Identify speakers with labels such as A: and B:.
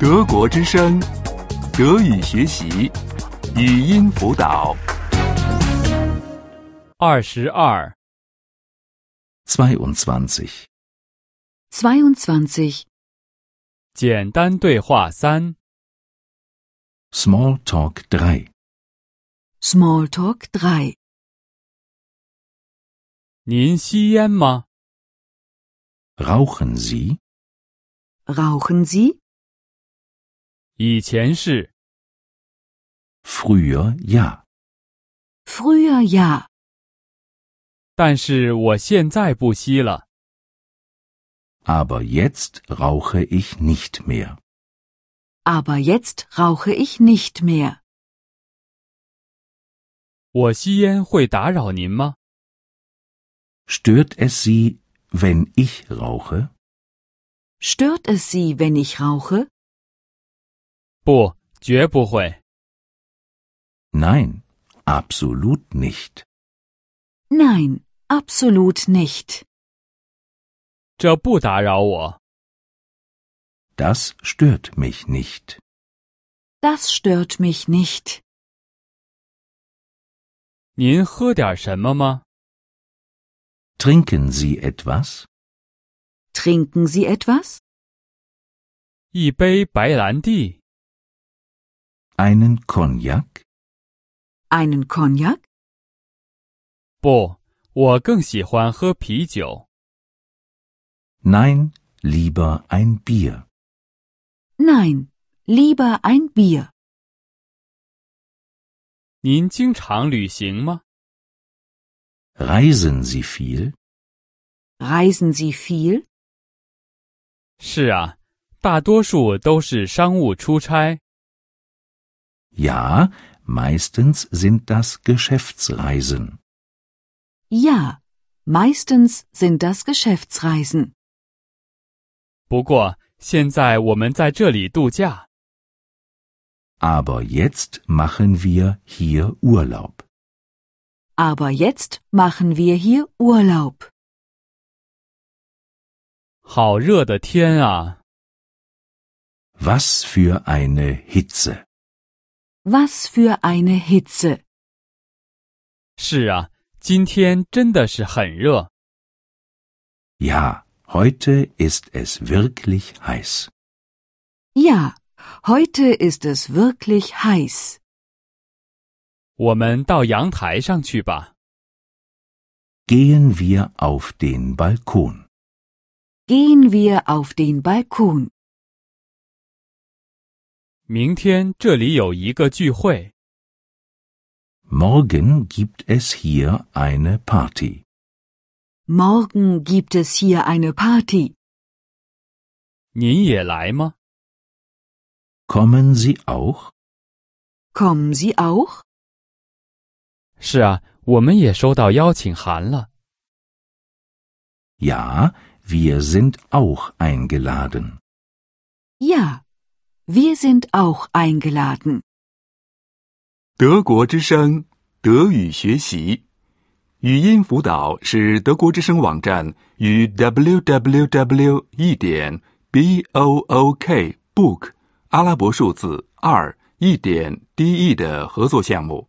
A: 德国之声，德语学习，语音辅导。
B: 二十二，
C: 22.
D: 22.
B: 简单对话三，
C: Smalltalk 3.
D: Smalltalk 3.
B: 您吸烟吗？
C: Rauchen Sie?
D: Rauchen Sie?
B: 以前是，
C: Früher ja.
D: Früher ja,
B: 但是我现在不吸了。
C: Aber jetzt rauche ich nicht mehr.
D: aber jetzt rauche ich nicht mehr.
B: 我吸烟会打扰您吗？
C: Stört es Sie, wenn ich rauche?
D: Stört es Sie, wenn ich rauche?
B: 不，绝不会。
C: Nein, absolut nicht.
D: Nein, absolut nicht.
B: 这不打扰我。
C: Das stört mich nicht.
D: Das stört mich nicht.
B: 您喝点什么吗？
C: Trinken Sie etwas?
D: Trinken Sie etwas?
B: 一杯白兰地。
C: Einen Cognac?
D: Einen Cognac?
B: 不，我更喜欢喝啤酒。
C: Nein, lieber ein Bier.
D: Nein, lieber ein Bier.
B: 您经常旅行吗？
C: Reisen Sie viel?
D: Reisen Sie viel?
B: 是啊，大多数都是商务出差。
C: Ja, meistens sind das Geschäftsreisen.
D: Ja, meistens sind das Geschäftsreisen.
B: 不过现在我们在这里度假。
C: Aber jetzt machen wir hier Urlaub.
D: Aber jetzt machen wir hier Urlaub.
B: 好热的天啊！
C: Was für eine Hitze!
D: Was für eine Hitze.
B: 是啊，今天真的是很热。
C: Ja, heute ist es wirklich heiß.
D: Ja, heute ist es wirklich heiß.
B: 我们到阳台上去吧。
C: Gehen wir auf den Balkon.
D: Gehen wir auf den Balkon.
B: 明天这里有一个聚会，
C: Morgen gibt es hier eine Party.
D: Morgen gibt es hier eine Party.
B: 您也来吗？
C: Kommen Sie auch?
D: Kommen Sie auch?
B: 是啊，我们也收到邀请函了。
C: Ja, wir sind auch eingeladen.
D: Ja, wir sind auch eingeladen.
A: 德国之声，德语学习，语音辅导是德国之声网站与 www. 一点 b o o k book 阿拉伯数字二一点 d e 的合作项目。